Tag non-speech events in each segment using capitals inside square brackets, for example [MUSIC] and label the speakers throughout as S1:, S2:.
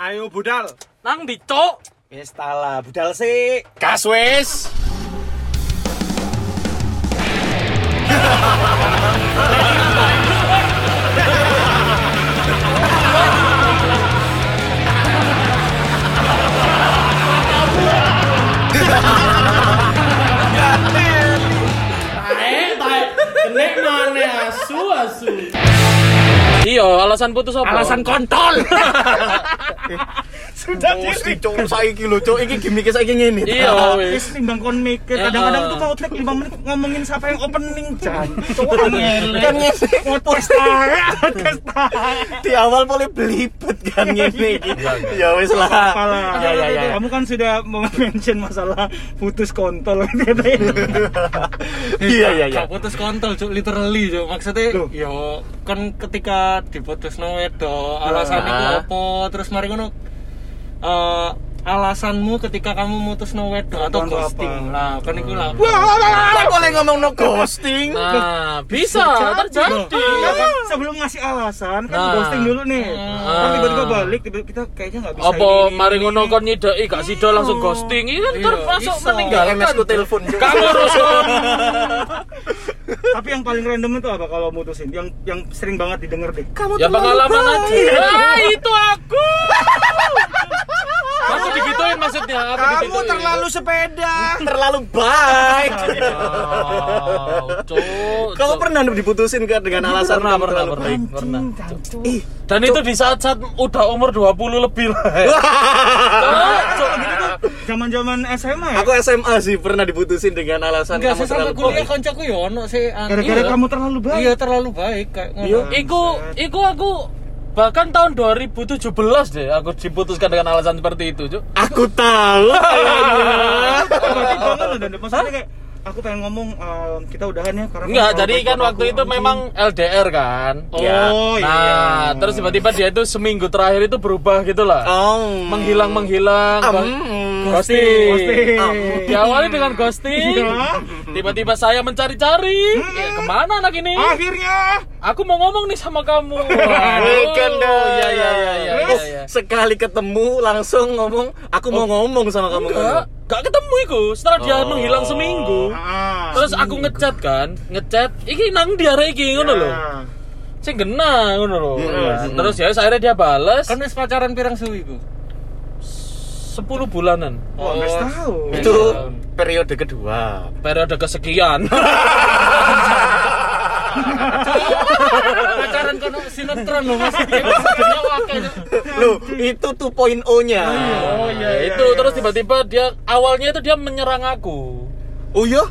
S1: Ayo budal.
S2: Nang ndi, Cuk?
S3: Wis tala, budal sik.
S4: Gas wis.
S5: Tae, tae. Kenek mana asu asu.
S2: Iya, alasan putus apa?
S5: Alasan kontol.
S3: Oh,
S4: Sudah mesti cuk saiki lho cuk iki gimmick saiki ngene.
S2: Iya, wis. Iya.
S5: Wis timbang kon mikir kadang-kadang tuh mau tag 5 menit ngomongin siapa yang opening jan. Cowok
S2: Iya,
S4: Kan
S5: ngelek.
S4: ngene
S5: Podcast tae, podcast tae.
S4: di awal boleh belibet kan
S2: Iya,
S4: ngene iki. Ya wis lah.
S5: Apalah.
S4: Ya ya ya.
S5: Kamu kan sudah mention masalah putus kontol [LAUGHS] gitu
S4: Iya iya iya.
S2: Gak putus kontol, Cuk, literally, Cuk. Maksudnya
S5: Loh.
S2: yo kan ketika diputusno
S5: Nah.
S2: wedo, alasan iku
S4: Ah.
S2: apa? Terus mari ngono eh, alasanmu ketika kamu mutusno wedo atau
S5: Kontol apa?
S2: ghosting lah, kan iku lah.
S4: Kok boleh ngomong no ghosting?
S2: Nah, bisa terjadi.
S5: Iya kan sebelum ngasih alasan kan
S2: Nah.
S5: ghosting dulu nih. Kan
S2: Ah.
S5: tiba-tiba balik tiba- kita kayaknya nggak bisa.
S2: Apa
S5: ini,
S2: mari
S5: ini,
S2: ngono
S5: ini.
S2: kon nyideki gak sida langsung ghosting ini kan Iya, termasuk bisa.
S4: Gak
S2: meninggalkan.
S4: MS ku telepon cuk.
S2: Kamu rusuh.
S5: Tapi yang paling random itu apa kalau mutusin? Yang yang sering banget didengar deh.
S2: ya pengalaman aja ah itu aku aku digituin maksudnya aku
S3: Kamu
S2: digituin.
S3: terlalu sepeda.
S4: terlalu baik.
S2: Iya, Wow, Ah, cuk,
S4: Kamu
S2: cuk.
S4: pernah diputusin kan dengan alasan
S2: pernah
S4: kamu
S2: pernah
S4: terlalu
S2: pernah,
S4: baik?
S2: pernah.
S4: Ih,
S2: dan itu di saat saat udah umur 20 lebih
S5: [LAUGHS]
S2: lah ya. Cuk, cuk.
S5: Zaman-zaman SMA ya.
S4: aku SMA sih pernah diputusin dengan alasan
S2: enggak
S4: kamu
S2: sih sampai
S4: terlalu
S2: kuliah
S4: baik.
S2: koncoku yo ono sih an-
S5: Gara-gara
S2: iya.
S5: kamu terlalu baik.
S2: iya terlalu baik kayak ngono.
S4: Iya.
S2: iku iku aku bahkan tahun 2017 deh aku diputuskan dengan alasan seperti itu cuk
S4: Aku tahu.
S2: [LAUGHS]
S5: Berarti banget loh dan maksudnya kayak aku pengen ngomong eh, kita udahan ya karena
S2: Enggak,
S5: kalau
S2: jadi
S5: buat
S2: kan
S5: aku-
S2: waktu itu
S5: aku-
S2: memang LDR kan.
S5: Oh iya. Ah.
S2: Nah, terus tiba-tiba dia itu seminggu terakhir itu berubah gitu lah.
S4: Oh.
S2: Menghilang menghilang.
S4: Am.
S2: ghost- Ghosting.
S5: Ghosting.
S2: Am. Diawali dengan ghosting.
S5: Iya. Hmm.
S2: Tiba-tiba saya mencari-cari. Ya, kemana anak ini?
S5: akhirnya
S2: Aku mau ngomong nih sama [LAUGHS] kamu.
S4: Weekend dong.
S2: Iya iya iya iya.
S4: Oh,
S2: iya, iya.
S4: Sekali ketemu langsung ngomong, aku mau ngomong sama kamu.
S2: Enggak, Oh. enggak ketemu iku. Setelah dia menghilang seminggu.
S5: ah,
S2: Terus aku ngechat kan, ngechat, iki nang di arah iki ngono lho.
S5: ah.
S2: sing kena ngono lho. Terus ya akhirnya dia bales
S3: Kan wis pacaran pirang suwi ku?
S2: 10 bulanan.
S5: Wah, nggak
S2: Oh.
S5: tahu.
S4: Itu periode kedua.
S2: Periode [LAUGHS] kesekian. Pacaran kan sinetron lho Mas. Sebenarnya wakai.
S4: Loh, itu 2.0-nya.
S2: Oh iya, itu terus tiba-tiba dia awalnya itu dia menyerang aku.
S4: Oh iya?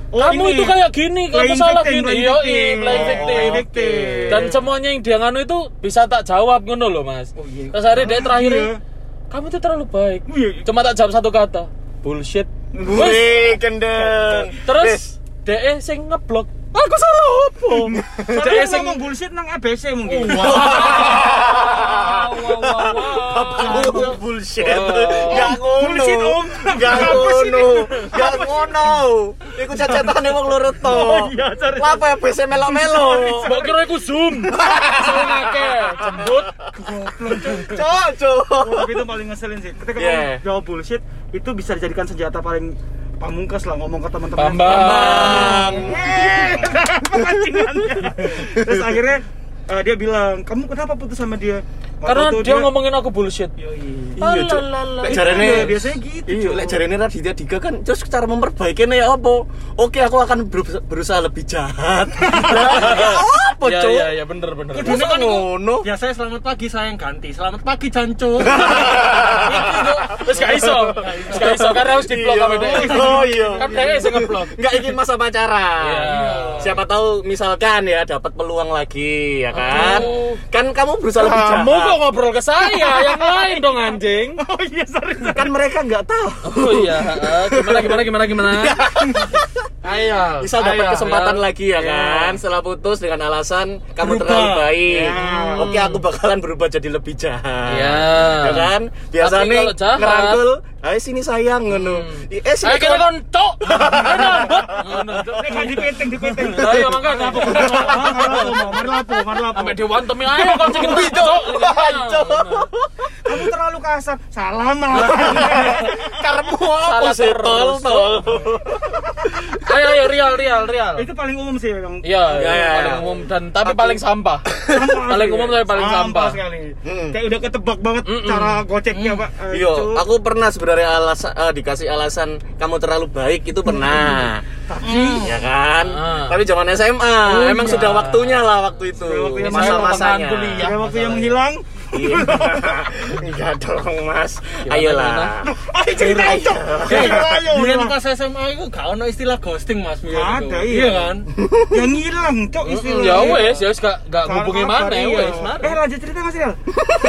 S5: ini.
S2: kamu itu kayak gini, kamu
S5: Playing
S2: salah
S5: victim,
S2: gini.
S5: playing
S2: Yo,
S5: victim.
S2: playing
S5: Oh,
S2: victim.
S5: playing victim.
S2: Dan semuanya yang dia nganu itu bisa tak jawab ngono lho, Mas.
S5: Oh, iya.
S2: Terus akhirnya dia
S5: Ah,
S2: terakhir,
S5: iya.
S2: kamu itu terlalu baik.
S5: Oh, iya, iya.
S2: Cuma tak jawab satu kata. Bullshit. Wes,
S4: Wih, kendeng.
S2: Terus DE sing ngeblok. Aku salah opo?
S5: Tapi
S2: DE
S5: yang
S2: sing
S5: ngomong bullshit nang ABC mungkin.
S2: Oh, Wow, wow, wow, wow.
S4: Bapakmu bullshit.
S2: Wow.
S4: Gak ngono.
S5: Bullshit, Om.
S4: Gak
S5: Apa sih
S4: ngono. Gak ngono. Iku cacatane wong loro to.
S5: iya, sorry.
S4: Lah apa ya bese melo-melo.
S2: Mbak kira aku [LAUGHS] zoom. Zoom akeh, jembut.
S4: Cok, cok.
S5: Tapi itu paling ngeselin sih. Ketika
S4: Yeah.
S5: kamu jawab bullshit itu bisa dijadikan senjata paling pamungkas lah ngomong ke teman-teman.
S2: Bambang.
S5: Eh, pancingannya. Terus akhirnya eh, dia bilang, "Kamu kenapa putus sama dia?" Waktu
S2: Karena
S5: itu
S2: dia ngomongin aku bullshit.
S5: Yoi.
S4: Iya, cok. Lek jarene
S5: Iya, biasanya gitu,
S4: Iya,
S5: Cok.
S4: lek jarene Raditya Dika kan terus cara memperbaikinya ya apa? Oke, aku akan berus- berusaha lebih [LAUGHS] jahat. Ya apa,
S2: Iya,
S4: cok?
S2: iya, iya, bener, bener.
S4: Masa kan ngono?
S2: Biasanya selamat pagi sayang ganti. Selamat pagi jancu.
S4: Ya,
S2: Terus gak iso. Terus gak iso karena harus diblok
S4: Iya.
S2: sama DE.
S4: Oh iya.
S2: Kan DE sing ngeblok.
S4: nggak ingin masa pacaran.
S2: Iya.
S4: Siapa tahu misalkan ya dapat peluang lagi ya kan?
S2: Aduh.
S4: Kan kamu berusaha lebih jahat.
S2: Kamu kok ngobrol ke saya, yang lain dong anjing.
S5: Oh iya, sorry. sorry.
S4: kan mereka nggak tahu.
S2: Oh iya, eh, gimana gimana gimana [LAUGHS] gimana. Ayo.
S4: Bisa dapat
S2: ayo,
S4: kesempatan
S2: ya.
S4: lagi ya kan? Setelah putus dengan alasan kamu
S5: Berubah.
S4: terlalu baik.
S5: Ya.
S4: Oke, aku bakalan berubah jadi lebih jahat.
S2: Ya.
S4: Ya kan?
S2: Tapi
S4: Biasanya
S2: kalau jahat- Hmm.
S4: ngerangkul, "Ayo sini sayang" ngono. Eh
S2: Ayo
S4: sini
S2: kita
S4: kawan.
S2: [LAUGHS] kontok. Ayo nambut.
S5: Nek gak dipeteng, dipeteng.
S2: Ayo mangga ngapuk.
S5: Ah, Marlapo, Marlapo, Marlapo.
S2: Iya, Sampai dewantemi ayo kau sing ngeblok.
S4: Hancur.
S5: kamu terlalu kasar
S2: [LAUGHS]
S5: salaman
S4: Karmu apa sih tol tol?
S2: ayo ayo real real real
S5: itu paling umum sih memang
S2: Iya,
S4: Ya, ya,
S2: paling
S4: ya.
S2: umum dan tapi paling sampah. paling umum tapi paling sampah.
S5: sekali
S4: Mm-mm.
S5: kayak udah ketebak banget cara goceknya pak Eh,
S2: Iya,
S5: cu.
S4: Yo, aku pernah sebenarnya alasan eh, dikasih alasan kamu terlalu baik itu pernah. Tapi ya kan?
S2: Ah.
S4: Tapi zaman SMA emang
S2: iya.
S4: sudah waktunya lah waktu itu.
S5: Oh, Sudah waktunya
S4: Masa-masanya.
S2: pertengahan kuliah.
S5: Ada waktu yang
S2: masalahnya.
S5: hilang
S4: Iya. [LAUGHS] Iya dong, Mas.
S2: Gimana,
S4: Ayolah.
S5: ayo ceritain cok
S2: Hey,
S5: Ayo, ayo,
S2: Biyen
S5: udah.
S2: pas SMA itu gak ono istilah ghosting Mas biyen
S5: iya. Gak
S2: itu.
S5: ada, iya.
S2: Iya kan?
S5: yang hilang cok istilahnya
S2: Ya wes, ya wes gak gak
S5: Salah
S2: hubungi
S5: kabar,
S2: mana ya
S5: iya.
S2: wes.
S5: eh lanjut cerita mas Rial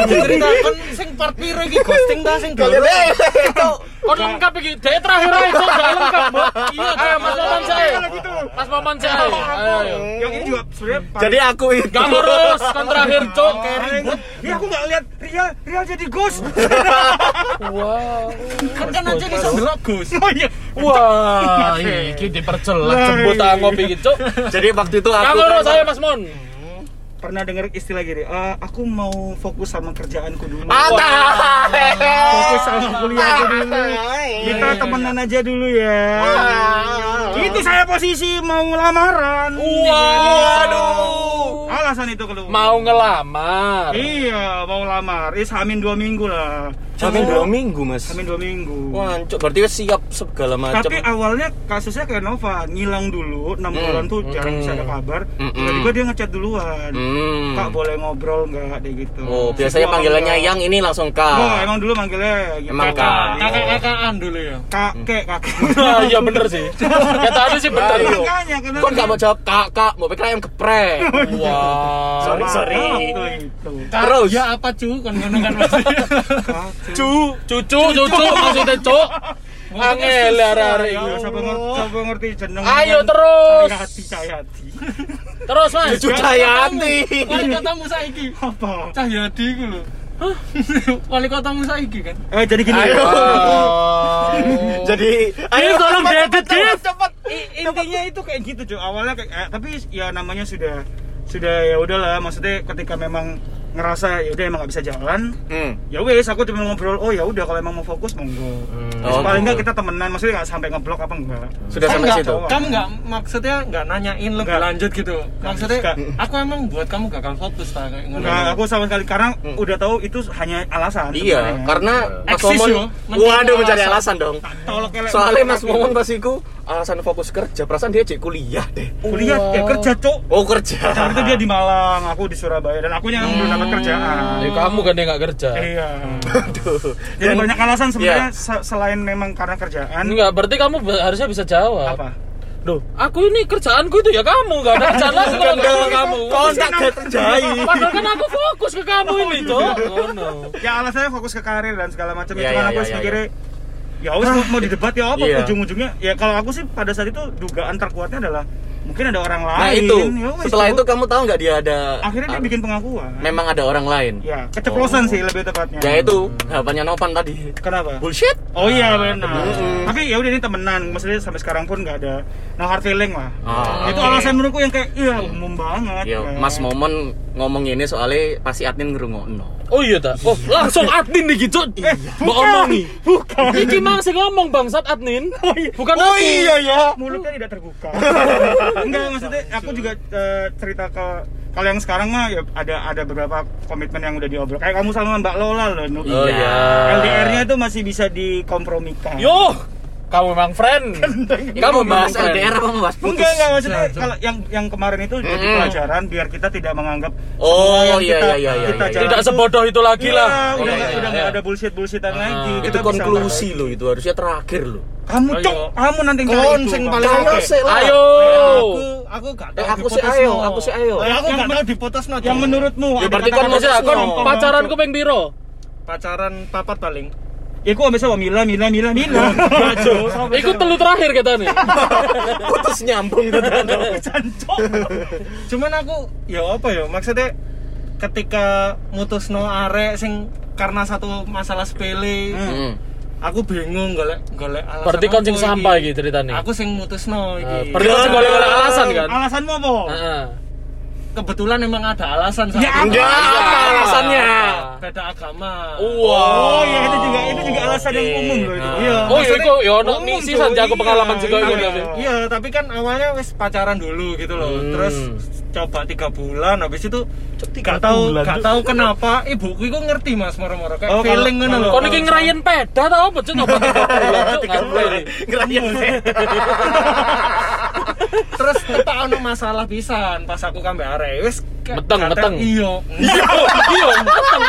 S2: Cerita kan sing part piro iki ghosting ta sing dulu.
S4: Iya,
S2: Kon lengkap iki, dhek terakhir ae kok gak lengkap, Mbok. Iya, ayo Mas Maman saya.
S5: Kalau gitu.
S2: Mas Maman saya. Ayo ayo.
S5: yang ini juga
S2: [LAUGHS]
S5: sebenarnya paling-
S4: Jadi aku itu.
S2: Gak ngurus, kon terakhir, Cok.
S5: paling ya aku nggak lihat Rial Rial jadi ghost [LAUGHS]
S2: Wow. Kan kan aja iso ndelok Gus.
S5: oh iya
S2: Wah, iki diperjelas
S5: Lah,
S2: jemput
S5: iya.
S2: tango iki, Cok.
S4: Jadi waktu itu aku
S2: Gak ngurus saya Mas Mon.
S5: pernah dengar istilah gini "Eh, aku mau fokus sama kerjaanku dulu
S2: Ah.
S4: Patah.
S5: fokus sama kuliahku
S2: [LAUGHS]
S5: dulu kita temenan aja dulu ya
S2: Ah.
S5: itu saya posisi mau lamaran
S2: Waduh.
S5: alasan itu keluar
S2: Mau ngelamar.
S5: iya mau lamar is hamin dua minggu lah
S4: Sampai dua minggu, Mas.
S5: hamin dua minggu
S4: Wah, Cok, berarti siap segala macam.
S5: Tapi awalnya kasusnya kayak Nova ngilang dulu 6
S4: Hmm,
S5: bulan tuh jarang bisa ada kabar.
S4: Mm-mm.
S5: Tiba-tiba dia ngechat duluan.
S4: Hmm.
S5: Kak boleh ngobrol nggak deh gitu.
S4: Oh, biasanya
S5: Wah,
S4: panggilannya
S5: enggak.
S4: yang ini langsung
S5: Oh,
S4: kak.
S5: emang dulu manggilnya gitu.
S4: Emang Kak. Hmm.
S2: Kakak-kakakan dulu ya.
S5: Kakek, kakek.
S2: Nah, iya bener sih. Kata tadi sih bener.
S4: [LAUGHS] Ayo.
S5: Makanya kenapa?
S4: Kon gak mau jawab kak, kak, mau pikir ayam
S5: [LAUGHS]
S4: geprek.
S2: Wah.
S4: Sorry, sorry.
S5: Waktu itu.
S4: Terus.
S2: Ya apa cu kan ngono
S4: [LAUGHS]
S2: kan masih.
S5: Cu.
S2: Cucu, cucu maksudnya cuk. Angel arek-arek
S5: Ya,
S2: iki.
S5: siapa ngerti, siapa ngerti jeneng.
S2: Ayo terus.
S5: Hati, hati.
S2: Terus Mas.
S4: Cucu Dayanti.
S2: Wali kotamu saiki.
S5: [LAUGHS] Apa?
S2: Cahyadi ku lho. Hah? [LAUGHS] Wali kotamu saiki kan.
S5: Eh, jadi gini.
S4: Ayo. Jadi, ayo tolong diedit, Gif.
S5: I- intinya itu kayak gitu cuy awalnya kayak eh, tapi ya namanya sudah sudah ya udahlah maksudnya ketika memang ngerasa ya udah emang nggak bisa jalan
S4: Hmm.
S5: ya wes aku cuma ngobrol oh ya udah kalau emang mau fokus monggo Terus
S4: Oh,
S5: paling nggak
S4: monggo.
S5: kita temenan maksudnya nggak sampai ngeblok apa enggak
S4: Sudah
S2: Kan
S4: sampai
S2: nggak-
S4: situ.
S2: Kamu nggak maksudnya nggak nanyain lebih
S5: Nggak.
S2: lanjut gitu. Maksudnya
S5: Nggak.
S2: aku emang buat kamu gagal fokus ta kayak ngono.
S5: nggak aku sama sekali karena udah tahu itu hanya alasan
S4: Hmm. Iya,
S5: sebenarnya.
S4: karena Mas
S2: Eksis,
S4: Momon,
S2: yo. Mencari
S4: waduh mencari
S2: alasan.
S4: alasan dong.
S5: Tolok elek.
S4: Soalnya Mas Momon pasiku alasan fokus kerja, perasaan dia cek kuliah deh.
S5: kuliah ya kerja cok
S4: Oh kerja.
S5: Saat itu dia di Malang aku di Surabaya dan aku yang belum dapat kerjaan
S4: Iya.
S2: Ya, kamu kan dia nggak kerja.
S5: iya
S4: Aduh.
S5: Jadi
S4: Dan-
S5: banyak alasan sebenarnya
S4: Iya.
S5: se- selain memang karena kerjaan
S2: Enggak, berarti kamu be- harusnya bisa
S5: kan.
S2: jawab.
S5: apa?
S2: Duh, aku ini kerjaanku itu ya kamu, gak ada kerjaan lagi kalau nggak sama kamu.
S4: Kontak jahit.
S2: Padahal kan aku fokus ke kamu ini, Cok. Ngono.
S5: Ya alasannya fokus ke karir dan segala macam.
S4: Iya,
S5: Ya, cuman
S4: iya,
S5: aku
S4: iya,
S5: sih
S4: iya.
S5: mikirnya ya wes mau didebat ya apa
S4: Iya.
S5: ujung-ujungnya. Ya kalau aku sih pada saat itu dugaan terkuatnya adalah mungkin ada orang lain.
S4: Nah itu,
S5: Ya wes,
S4: setelah
S5: Cok.
S4: itu Ah. kamu tahu nggak dia ada
S5: akhirnya dia
S4: ar-
S5: bikin pengakuan.
S4: memang ada orang lain.
S5: Ya, keceplosan sih lebih tepatnya.
S4: Ya itu jawabannya Novan tadi.
S5: Kenapa?
S4: Bullshit.
S5: Oh iya benar.
S4: Mm-mm.
S5: Tapi ya udah ini temenan, maksudnya sampai sekarang pun nggak ada no hard feeling lah.
S4: Ah,
S5: itu
S4: oke.
S5: alasan menurutku yang kayak iya umum banget.
S4: Yo,
S5: Ya.
S4: Mas Momon ngomong ini soalnya pasti admin ngerungokno.
S2: Oh iya ta. Oh, langsung admin iki, Cok. Mbok
S5: bukan.
S2: omongi.
S5: Bukan.
S2: Iki mang sing ngomong bangsat admin. Bukan
S4: Oh,
S2: aku.
S4: iya.
S5: ya. Mulutnya tidak terbuka.
S3: [LAUGHS]
S5: Enggak maksudnya aku juga eh, cerita ke kalau yang sekarang mah ya ada ada beberapa komitmen yang udah diobrol. Kayak kamu sama Mbak Lola loh. Nuk.
S4: Oh, iya.
S5: LDR-nya itu masih bisa dikompromikan.
S2: Yo, kamu memang friend.
S4: Kamu bahas
S2: friend.
S4: LDR apa membahas putus? Nah,
S5: Enggak, enggak maksudnya kalau yang yang kemarin itu jadi
S4: Mm-mm.
S5: pelajaran biar kita tidak menganggap
S4: Oh,
S5: semua yang
S4: iya,
S5: kita-
S4: iya, iya,
S5: kita
S4: iya.
S5: jalan
S2: Tidak
S5: itu-
S2: sebodoh itu lagi
S5: Iya,
S2: lah.
S5: udah
S4: Iya,
S5: nggak
S4: iya, Ah.
S5: udah nggak ada bullshit bullshitan lagi.
S4: Itu
S5: Kita bisa-
S4: konklusi Oh, iya. loh itu harusnya terakhir loh.
S5: Kamu cok,
S2: Ayo.
S5: kamu nanti cari
S3: Kon
S5: itu,
S3: sing
S5: Bang.
S3: paling
S4: Ayo,
S3: oke.
S4: sih, lah.
S2: Ayo.
S3: aku aku gak
S4: Eh,
S3: tau
S4: aku sih ayo, aku sih ayo.
S3: Eh, aku
S5: Yang
S3: gak
S5: men-
S3: tau diputus no
S5: Yang menurutmu
S4: Ya,
S5: ada
S4: berarti
S5: kata-kata
S4: kon-
S2: kan Maksudnya, kon
S5: sombong,
S2: pacaranku
S5: Cok?
S2: peng piro?
S3: pacaran papat paling
S5: Ya kok bisa Mila Mila Mila Mila.
S2: Iku telu terakhir katanya.
S4: Putus nyambung gitu.
S5: Cancok.
S3: cuman aku ya apa ya maksudnya ketika mutus no arek sing karena satu masalah sepele
S4: Hmm.
S3: aku bingung golek golek alasan
S2: Berarti kon sing
S3: apa iki.
S2: sampah iki ceritane.
S3: aku sing mutusno
S2: Eh,
S3: iki
S2: Berarti kon sing golek-golek alasan kan?
S5: Alasanmu apa?
S2: Heeh.
S3: kebetulan emang ada alasan
S5: Ya,
S3: saat itu.
S4: Enggak,
S2: Iya.
S4: apa alasannya?
S2: Apa? beda agama.
S5: Oh iya itu juga itu juga alasan yang
S4: oke.
S5: umum loh itu.
S4: Nah.
S5: Iya.
S2: Oh, iya,
S3: maksudnya
S2: itu, ya, ono
S3: umum,
S2: misi
S3: cuy.
S2: saja aku
S3: Iya,
S2: pengalaman juga
S3: iya,
S2: itu,
S3: iya.
S2: Mas.
S3: Iya, tapi kan awalnya wes pacaran dulu gitu loh.
S4: Hmm.
S3: Terus coba tiga bulan habis itu
S4: tiga
S3: gak tahu
S4: bulan,
S3: gak
S4: Cuk.
S3: tahu kenapa ibuku itu ngerti Mas moro-moro kayak
S5: Oh, kalau-
S3: feeling ngono
S5: kalau-
S3: loh.
S2: Kau niki ngerayin peda tau apa cuk apa tiga bulan, Cuk?
S4: tiga
S2: Nggak
S4: bulan
S2: boleh.
S5: Iya.
S4: ngerayain
S3: terus tetap ono masalah pisan pas aku kambe arek wis kayak
S2: Meteng,
S3: gatel-
S2: meteng.
S3: Iya. [LAUGHS]
S2: Iya, meteng.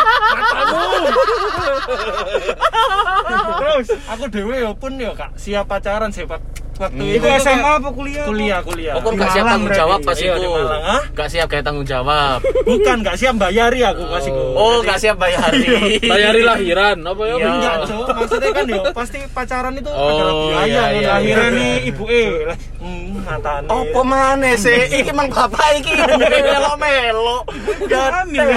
S5: Terus
S3: Aku dhewe yo pun yo gak siap pacaran sih Pak. Waktu
S5: itu
S3: itu kayak
S5: SMA apa kuliah?
S3: kuliah kuliah.
S4: Oh, kan
S5: Di
S4: gak
S5: Malang
S4: siap tanggung
S5: berarti.
S4: jawab pas
S3: Ya. Iya, di
S4: itu.
S3: Malang, ah?
S4: Gak siap kayak tanggung jawab.
S3: [LAUGHS] Bukan gak siap bayari aku pas iku.
S4: Oh, gak siap bayari.
S2: Bayari lahiran apa ya?
S4: Iya.
S3: Enggak, Cok. Maksudnya kan yo pasti pacaran itu
S4: Oh,
S3: adalah biaya.
S4: iya,
S3: kan.
S4: iya,
S3: Akhirnya
S4: iya.
S3: nih ibu e hmm, matane.
S4: Oh, pemane sih? Iki mang bapak iki melo melo.
S5: Hamil.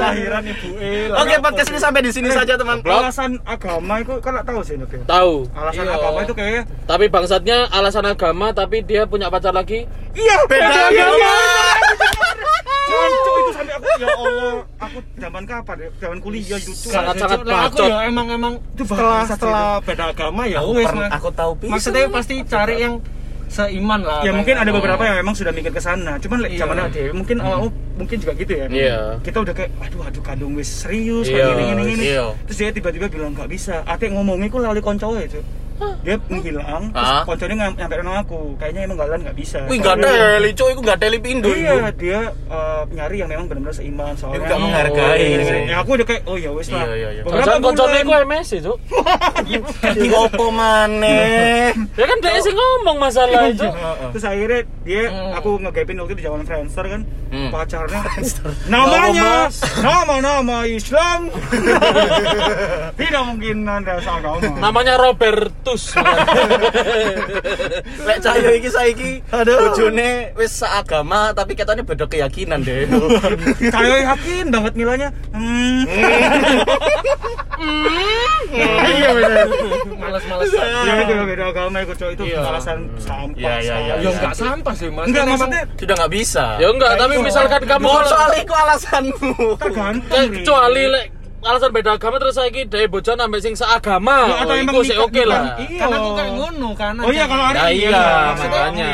S3: lahiran ibu e.
S4: Oke, podcast ini sampai di sini saja, teman.
S2: Blok.
S5: Alasan agama itu kan gak tahu sih Nuk, ya?
S2: Tahu.
S5: Alasan
S3: Iya.
S5: agama itu kayak
S2: Tapi bangsatnya alasan agama tapi dia punya pacar lagi.
S5: iya
S4: Beda agama.
S5: Cuk, itu sampai aku ya Allah, aku zaman kapan ya? Zaman kuliah itu cuy.
S2: Sangat-sangat
S3: aku
S2: bacot.
S3: ya emang emang
S5: Itu
S3: setelah
S5: bangsat
S3: setelah beda agama ya
S4: Aku,
S3: wes
S4: pernah-
S3: Mas.
S4: aku tahu pisan.
S3: maksudnya pasti cari yang seiman lah
S5: Ya
S3: Kayak
S5: mungkin ada
S3: gitu.
S5: beberapa yang memang sudah mikir ke sana. Cuman lek
S3: Iya.
S5: zaman ade mungkin awakmu mungkin juga gitu ya.
S2: Iya.
S5: Kita udah kayak aduh aduh kandung wis serius
S4: Iya,
S5: kayak gini gini gini.
S4: iya.
S5: Terus dia tiba-tiba bilang nggak bisa. Ate ngomongnya ku lali koncoe itu. Dia bilang, terus
S4: Hah?
S5: konconya nyam- nyampe nang aku. Kayaknya emang galan nggak bisa.
S4: Wih, ya, gak
S5: Soalnya-
S4: teli, cuy. Iku gak teli pindo.
S5: Iya,
S4: Iya.
S5: dia eh, nyari yang memang benar-benar seiman soalnya.
S4: Iku gak
S5: Oh,
S4: menghargai.
S5: iya,
S4: sih.
S5: iya. Ya aku udah kayak oh ya wis lah.
S4: Iya, iya, iya.
S5: Beberapa
S2: Koncokan-koncokan
S5: bulan-
S2: iku MSC, Cuk.
S4: Ganti opo maneh?
S2: Ya kan dia sih ngomong masalah itu.
S5: Terus akhirnya dia
S2: Hmm.
S5: aku ngegapin waktu di zaman Friendster kan
S4: Hmm.
S5: pacarnya kan namanya nama nama Islam tidak mungkin anda sama
S2: Namanya Robertus.
S4: Lek cahyo iki saiki bojone wis seagama tapi katanya beda keyakinan deh.
S5: saya yakin banget nilainya
S3: Ya,
S5: hmm. iya benar
S2: Males-males.
S5: ya itu beda agama itu cowok itu
S2: Iya.
S5: alasan sampah
S4: Iya, iya, iya.
S2: Ya enggak sampah sih, Mas.
S5: enggak
S2: Kan emang-
S5: maksudnya
S4: Sudah gak bisa.
S2: Ya enggak, tapi misalkan kamu
S4: Mau
S2: kalau-
S4: soal iku alasanmu.
S5: tergantung
S2: Ke-
S5: Ri.
S2: kecuali lek alasan beda agama terus saiki dhewe bocah sampe sing
S5: Ya,
S2: seagama.
S5: atau
S2: Oh,
S5: emang
S2: iku sih
S5: nikah-
S2: oke lah.
S5: nikah-
S3: karena aku kayak ngono Ya. kan
S5: oh iya kalau ada
S4: Ya, iya,
S5: maksudnya- iya.
S4: makanya.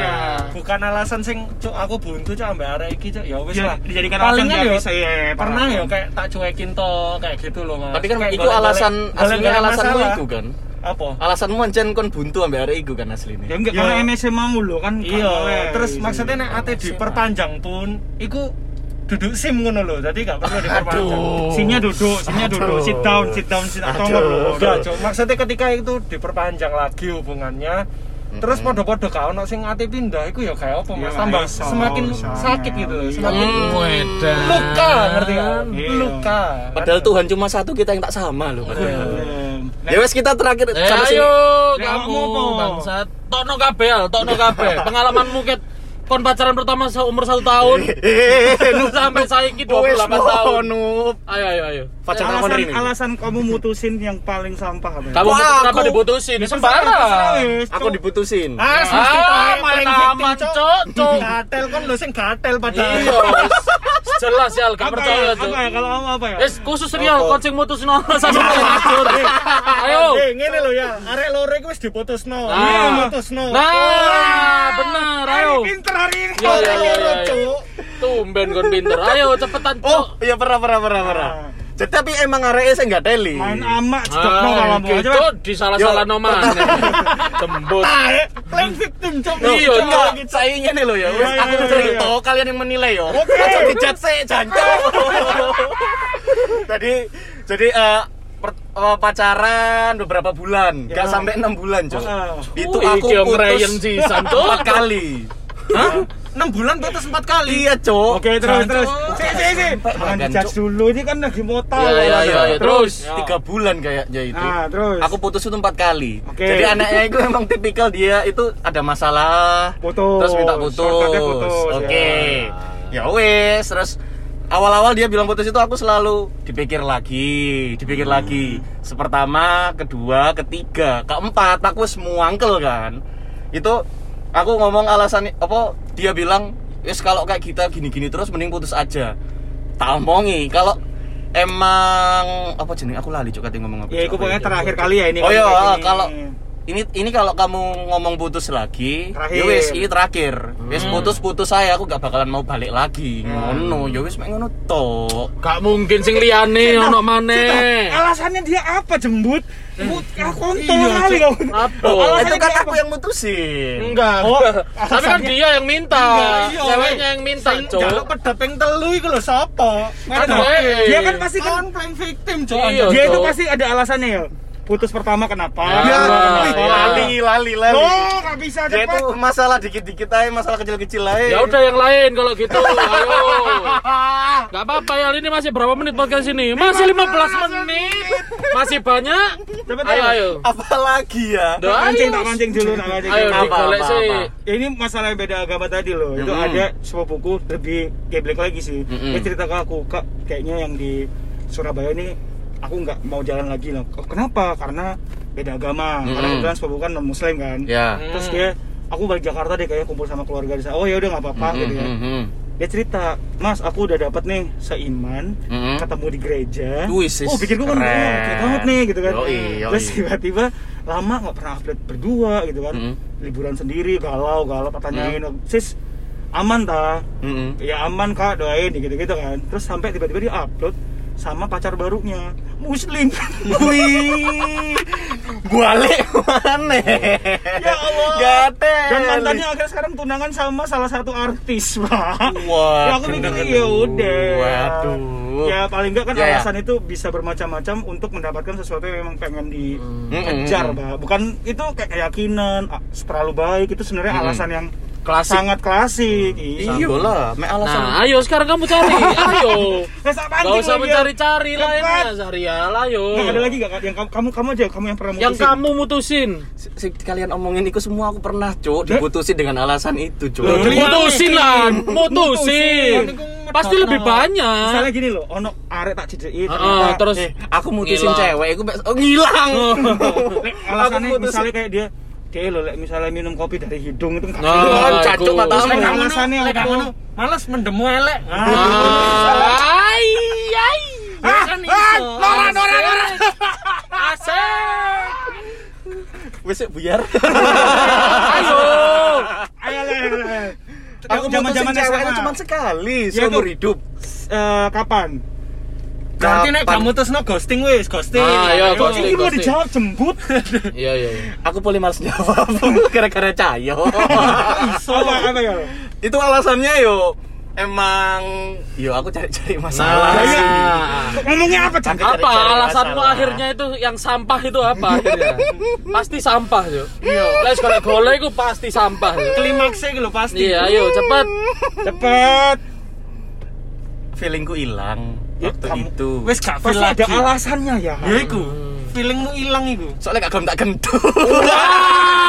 S3: bukan alasan sing cuk aku buntu cuk ambek arek iki cuk ya wis
S5: Ya,
S3: lah
S5: dijadikan alasan
S3: palingan
S5: biar
S3: yo
S5: bisa, iya, iya,
S3: pernah
S5: paham.
S3: yo kayak tak cuekin to kayak gitu loh Mas
S4: Tapi kan
S3: Kayak
S4: itu
S3: golek-golek-
S4: alasan aslinya
S3: golek-golek
S4: alasanmu
S3: masalah.
S4: iku kan.
S3: apa
S4: Alasanmu ancen kon buntu ambek arek iku kan asline.
S5: ya enggak
S3: Iya.
S5: karena MSC mau lo kan
S3: iya
S5: kan, wes.
S3: terus maksudnya nek ate diperpanjang pun iku duduk sim ngono loh jadi gak perlu diperpanjang
S4: Aduh.
S5: sinnya duduk sinnya duduk
S4: Aduh.
S5: sit down sit down sit down
S4: Aduh.
S5: lo
S3: Enggak, Cok. Iya, Maksudnya ketika itu diperpanjang lagi hubungannya, terus podo-podo gak ono sing ati pindah iku ya kayak apa
S5: Iya,
S3: Mas tambah
S5: iso,
S3: semakin
S5: iso.
S3: sakit gitu loh,
S5: Iya.
S3: semakin
S2: Hmm. Wedan.
S3: luka ngerti kan?
S5: Iya.
S3: Luka.
S4: Padahal Tuhan cuma satu kita yang tak sama loh.
S3: Iya.
S4: Ya wes kita terakhir
S2: Eh,
S4: sampai sini. [LAUGHS]
S2: ayo
S5: Ya,
S2: kamu
S5: apa?
S2: bangsat. Tokno kabeh, al, tokno kabeh. Pengalamanmu ket kon pacaran pertama seumur satu tahun sampai saiki 28 tahun. Iya,
S4: Nup.
S2: Ayo ayo ayo.
S4: Pacaran kon
S5: alasan
S4: ini.
S5: alasan kamu mutusin yang paling sampah apa ya?
S2: Kamu
S4: Wah,
S2: mutus- kenapa
S4: aku-
S2: diputusin?
S5: Terserah,
S2: Sembarang.
S5: wes,
S4: Aku
S5: Cok.
S4: diputusin.
S3: Ah, mesti
S2: Ah,
S3: tak paling
S2: mataman,
S3: victim,
S2: cok, cok.
S3: Gatel kan lo sing gatel padahal.
S2: Iya, wes. jelas ya, gak
S5: apa ya
S2: percaya
S5: apa
S2: cok.
S5: ya kalau kamu apa ya
S2: Es khusus Rial, kau sing mutusin orang satu ngajur.
S5: iya.
S2: Ayo. Iya,
S3: Eh, ngene lho ya, arek loro iku wis diputusno.
S2: Nah.
S3: Iya, mutusno.
S2: Nah, bener, ayo.
S5: pinter hari ini
S2: Iya, iya, iya,
S3: Loro,
S2: iya.
S3: Cuk.
S2: Tumben kon pinter. Ayo cepetan, Cuk.
S4: Oh, iya pernah pernah pernah pernah.
S5: Ah.
S4: Jadi tapi emang areke saya nggak teli.
S5: main amat cedok
S2: Ah,
S5: no kalau mau
S2: gitu,
S5: coba
S2: disalah-salah noman. Tembut.
S3: Arek plan victim cok.
S2: Loh,
S4: Iya,
S2: Cok.
S4: Cok. saya ingin nih lo ya. Wes
S5: Iya,
S4: aku
S5: iya,
S4: cerita
S5: iya.
S4: kalian yang menilai yo. Oke. Dijat sih, jancok. [LAUGHS] Jadi jadi eh, per- eh, pacaran beberapa bulan, nggak sampai enam bulan, Cok.
S5: Ah.
S4: Itu
S2: Wih,
S4: aku
S2: iki om Ryan
S4: putus
S2: sisan, Cok.
S4: empat kali.
S3: Hah? 6 bulan putus 4 kali.
S4: Iya, Cok.
S5: oke terus
S4: Jancok.
S5: terus si si si jangan
S4: makan,
S5: dijudge
S4: Cok.
S5: dulu ini kan lagi mau tahu
S2: Iya, iya, iya, iya, terus.
S4: Ya. tiga bulan kayaknya itu.
S5: Nah, terus.
S4: Aku putus itu empat kali.
S5: Oke.
S4: Jadi anaknya itu emang tipikal dia itu ada masalah.
S5: Putus.
S4: Terus minta putus.
S5: Shortcutnya putus,
S4: Oke. Ya wes, terus awal-awal dia bilang putus itu aku selalu dipikir lagi, dipikir lagi. Pertama, kedua, ketiga, keempat, aku semua angkel kan. Itu aku ngomong alasan apa dia bilang, "Wes kalau kayak kita gini-gini terus mending putus aja." Tak omongi kalau emang apa jeneng aku lali cok kate ngomong apa
S5: ya
S4: Cuk,
S5: itu
S4: apa
S5: pokoknya
S4: ya?
S5: terakhir kali ya ini
S4: Oh iya,
S2: ah,
S5: Ini.
S4: kalau ini ini kalau kamu ngomong putus lagi,
S5: Terakhir.
S4: ya wis ini terakhir. Wis putus-putus saya aku gak bakalan mau balik lagi. Ngono, ya wis mek ngono tok.
S2: Gak mungkin sing liyane ono maneh.
S5: Nah, alasannya dia apa jembut Mut- ya kontol kali kau
S2: Apa?
S5: Oh, Alasannya
S4: itu kan
S5: dia
S2: ya,
S4: aku
S5: apa?
S4: yang mutusin.
S3: enggak
S5: Oh,
S2: Tapi kan dia yang minta,
S3: iya,
S2: ceweknya yang minta,
S3: sing
S2: Cok.
S3: jaluk pedot ping telu iku lho sapa
S2: Kan
S5: Aduh,
S2: wae.
S5: dia kan pasti kan
S3: kan playing victim cok
S2: Iya,
S5: dia itu
S2: Cok.
S5: pasti ada alasannya ya putus pertama kenapa
S2: Ya,
S5: Kenapa?
S2: iya.
S4: lali lali lali.
S5: Loh, nggak bisa
S4: Dia itu
S5: cepat
S4: masalah dikit-dikit aja, masalah kecil-kecil aja.
S2: Ya udah yang lain kalau gitu. Ayo. Gak apa-apa ya, ini masih berapa menit podcast ini? Masih 15 menit. Masih banyak.
S5: Cepet,
S2: Ayo ayo.
S4: Apalagi ya.
S2: Duh,
S5: mancing tak
S2: ayo.
S5: mancing dulu tak mancing
S2: Ayo
S5: dulu.
S4: Apa,
S2: digolek
S4: apa,
S2: sih.
S4: apa?
S5: Ya, ini masalah yang beda agama tadi loh itu
S4: Mm-mm.
S5: ada sepupuku lebih geblek lagi sih
S4: Mm-mm.
S5: dia cerita ke aku kak kayaknya yang di Surabaya ini aku nggak mau jalan lagi loh "Oh, kenapa karena beda agama karena
S4: Mm-mm.
S5: kebetulan sepupuku kan non muslim kan
S4: Ya.
S5: terus dia aku balik Jakarta deh kayaknya kumpul sama keluarga di sana oh ya udah nggak apa-apa gitu
S4: Mm-hmm.
S5: ya dia cerita mas aku udah dapat nih seiman
S4: Mm-mm.
S5: ketemu di gereja
S4: Wih, sis,
S5: oh pikir gue kan
S4: keren.
S5: "Oh, oke banget nih gitu kan
S4: Yoi, yoi.
S5: terus tiba-tiba lama nggak pernah update berdua gitu kan
S4: Mm-mm.
S5: liburan sendiri galau galau pertanyain
S4: Mm-hmm.
S5: sis aman ta
S4: Mm-mm.
S5: ya aman kak doain gitu gitu kan terus sampai tiba-tiba dia upload sama pacar barunya muslim [LAUGHS]
S4: Wih, balik mana?
S5: Ya Allah.
S4: Gate.
S5: dan mantannya akhirnya sekarang tunangan sama salah satu artis pak ya
S4: Wah,
S5: aku mikir
S4: keren.
S5: ya udah
S4: Waduh.
S5: ya paling nggak kan
S4: Ya, ya.
S5: alasan itu bisa bermacam-macam untuk mendapatkan sesuatu yang memang pengen dikejar pak
S4: Mm-mm.
S5: bukan itu kayak keyakinan ah, terlalu baik itu sebenarnya
S4: Mm-mm.
S5: alasan yang
S4: Klasik.
S5: sangat klasik iya
S4: Iya lah, mek alasan.
S2: Nah, ayo sekarang kamu
S5: [LAUGHS]
S2: cari. Ayo.
S5: Nggak usah
S2: Gak
S5: pancing
S2: usah
S5: lagi, ya.
S2: mencari-cari
S5: Cepat.
S2: lainnya, Zarial. Ayo.
S5: Nggak ada lagi nggak Kak? yang kamu kamu, kamu aja kamu yang pernah
S2: Yang
S5: mutusin.
S2: kamu mutusin.
S4: Si- si- kalian omongin itu semua aku pernah, Cuk, diputusin dengan alasan itu, Cuk.
S5: Loh, Beli
S2: Mutusin
S5: yang
S2: lah,
S5: miskin.
S2: mutusin.
S5: Mutusin.
S2: Pasti lebih
S5: misalnya
S2: banyak.
S5: gini loh ono arek tak cedeki
S2: Heeh,
S5: ternyata
S2: Ah, terus
S4: Eh, aku mutusin
S2: Ngilang.
S4: cewek, aku mek- oh, ngilang. [LAUGHS]
S5: Lek, [LAUGHS] alasannya
S4: Aku putusin.
S5: misalnya kayak dia dia loh lek, misalnya minum kopi dari hidung itu nggak
S2: Nah,
S5: boleh.
S4: Kan cacuk
S2: iku.
S4: nggak tahu.
S5: Lek,
S4: Kamu
S5: Iya. alasannya
S3: lek
S5: apa? Iya.
S3: ngono males mendemu elek
S2: Ay, ay.
S5: Ah,
S2: Kan
S5: ah,
S2: iso.
S5: Nora, Nora, Nora.
S2: Asik.
S4: Wis yuk,
S5: [LAUGHS]
S4: buyar.
S2: Ayo.
S5: Ayo, ayo, ayo, ayo.
S4: aku
S5: Zaman-zaman
S4: mutusin cewek
S5: SMA.
S4: cuma sekali
S5: Ya,
S4: seumur
S5: itu.
S4: hidup.
S5: Eh, kapan?
S3: berarti nek
S4: Kapan?
S3: kamu terus no ghosting wis ghosting
S2: Nah,
S5: Ah,
S2: iya,
S3: Ayo,
S2: ghosting.
S5: Ini mau dijawab jembut.
S2: Iya, iya.
S4: Aku boleh males jawab [LAUGHS] gara-gara
S5: [LAUGHS]
S4: Cayo.
S5: Apa apa ya?
S4: itu alasannya yo emang yo aku cari-cari masalah.
S2: Nah,
S5: [LAUGHS] Ngomongnya apa, Cak?
S4: Cari-cari
S2: apa
S4: masalah.
S2: alasanmu akhirnya itu yang sampah itu apa [LAUGHS] akhirnya? pasti sampah, Cuk. Iya. Les kalau golek itu pasti sampah. Cuk.
S3: klimaksnya gitu loh pasti
S2: Iya, ayo cepat.
S5: Cepet.
S4: feelingku hilang
S5: Ya,
S4: waktu
S5: kamu-
S4: itu.
S3: wis gak feel
S5: Pasti ada
S3: lagi
S5: alasannya ya.
S3: ya iku feelingmu hilang iku
S4: Soalnya gak gem tak kentut.
S2: Ah,